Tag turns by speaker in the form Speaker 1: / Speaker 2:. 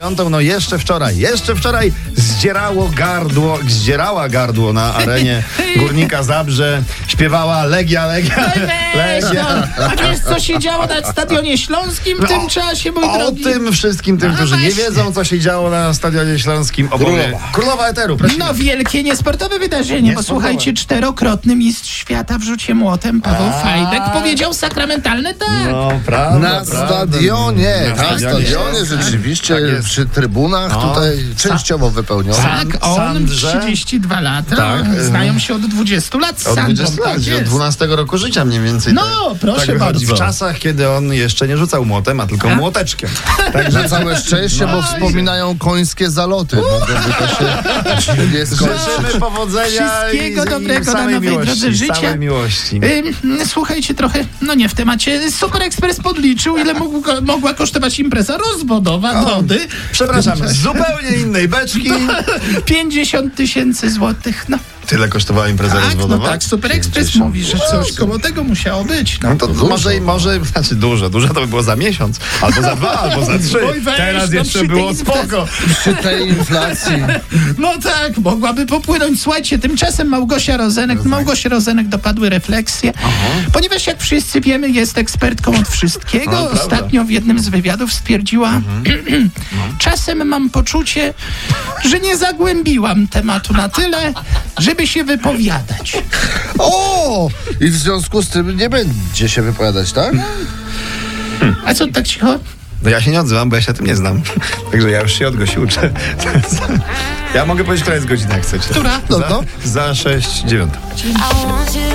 Speaker 1: Piątą, no jeszcze wczoraj, jeszcze wczoraj zdzierało gardło, zdzierała gardło na arenie Górnika Zabrze, śpiewała Legia, Legia,
Speaker 2: Weź,
Speaker 1: Legia.
Speaker 2: no. A wiesz, co się działo na stadionie śląskim w tym czasie, no. mój
Speaker 1: No, O
Speaker 2: drogi? No
Speaker 1: tym wszystkim, tym, którzy nie
Speaker 2: właśnie.
Speaker 1: wiedzą, co się działo na Stadionie Śląskim, opowie
Speaker 3: Królowa.
Speaker 1: Królowa Eteru, prosimy.
Speaker 2: No wielkie niesportowe wydarzenie, bo
Speaker 1: Niesportowe.
Speaker 2: słuchajcie, czterokrotny mistrz świata w rzucie młotem Paweł Fajdek powiedział sakramentalne tak.
Speaker 1: No, prawda,
Speaker 3: Na
Speaker 1: prawda.
Speaker 3: stadionie,
Speaker 1: Na
Speaker 3: na
Speaker 1: stadionie.
Speaker 3: stadionie rzeczywiście,
Speaker 1: Tak jest.
Speaker 3: przy trybunach tutaj częściowo wypełnione.
Speaker 1: Sa-
Speaker 2: Tak, on
Speaker 1: Sandrze?
Speaker 2: 32 lata,
Speaker 1: Tak.
Speaker 2: znają się od 20 lat z
Speaker 1: Od
Speaker 2: Sandrą,
Speaker 1: 20 lat,
Speaker 2: tak
Speaker 1: od
Speaker 2: jest.
Speaker 1: 12 roku życia mniej więcej.
Speaker 2: No,
Speaker 1: tak-
Speaker 2: proszę
Speaker 1: tak wychodzi.
Speaker 2: bardzo. Tak?
Speaker 1: W czasach, kiedy on jeszcze nie rzucał młotem, a tylko młoteczkiem.
Speaker 3: Także całe szczęście, bo wspominają końskie zaloty. Mogłoby to się nie skończyć.
Speaker 1: Życzymy powodzenia
Speaker 2: Wszystkiego
Speaker 1: i,
Speaker 2: dobrego
Speaker 1: i
Speaker 2: na
Speaker 1: samej
Speaker 2: nowej
Speaker 1: miłości,
Speaker 2: drodze życia. Y,
Speaker 1: Samej miłości.
Speaker 2: Ym, mm, Słuchajcie, trochę, no nie w temacie. Super Express podliczył, ile mógł, mogła kosztować impreza rozwodowa wody.
Speaker 1: Przepraszam, z zupełnie innej beczki.
Speaker 2: 50 tysięcy złotych. No
Speaker 1: Tyle kosztowała impreza
Speaker 2: tak, no
Speaker 1: rozwodowa?
Speaker 2: tak. Super Express mówi, że coś koło tego musiało być. No.
Speaker 1: No to
Speaker 3: Dużo.
Speaker 1: może, może, znaczy dużo, dużo to by było za miesiąc, albo za dwa, albo za trzy.
Speaker 2: Oj, weź,
Speaker 1: Teraz
Speaker 2: no
Speaker 1: jeszcze
Speaker 2: przy tej
Speaker 1: było
Speaker 2: imprezie.
Speaker 1: spoko.
Speaker 3: Przy tej inflacji
Speaker 2: No tak, mogłaby popłynąć. Słuchajcie, tymczasem Małgosia Rozenek, Małgosia Rozenek dopadły refleksje, ponieważ jak wszyscy wiemy, jest ekspertką od wszystkiego.
Speaker 1: prawda.
Speaker 2: Ostatnio w jednym z wywiadów stwierdziła, czasem mam poczucie, że nie zagłębiłam tematu na tyle, żeby się wypowiadać.
Speaker 3: O! I w związku z tym nie będzie się wypowiadać, tak?
Speaker 2: A co tak cicho?
Speaker 1: No ja się nie odzywam, bo ja się tym nie znam. Także ja już się od Gosi uczę. Ja mogę powiedzieć, która jest godzina, jak chcecie.
Speaker 2: Która?
Speaker 3: No,
Speaker 1: Za,
Speaker 3: no.
Speaker 1: za sześć, dziewiąta.
Speaker 4: I want you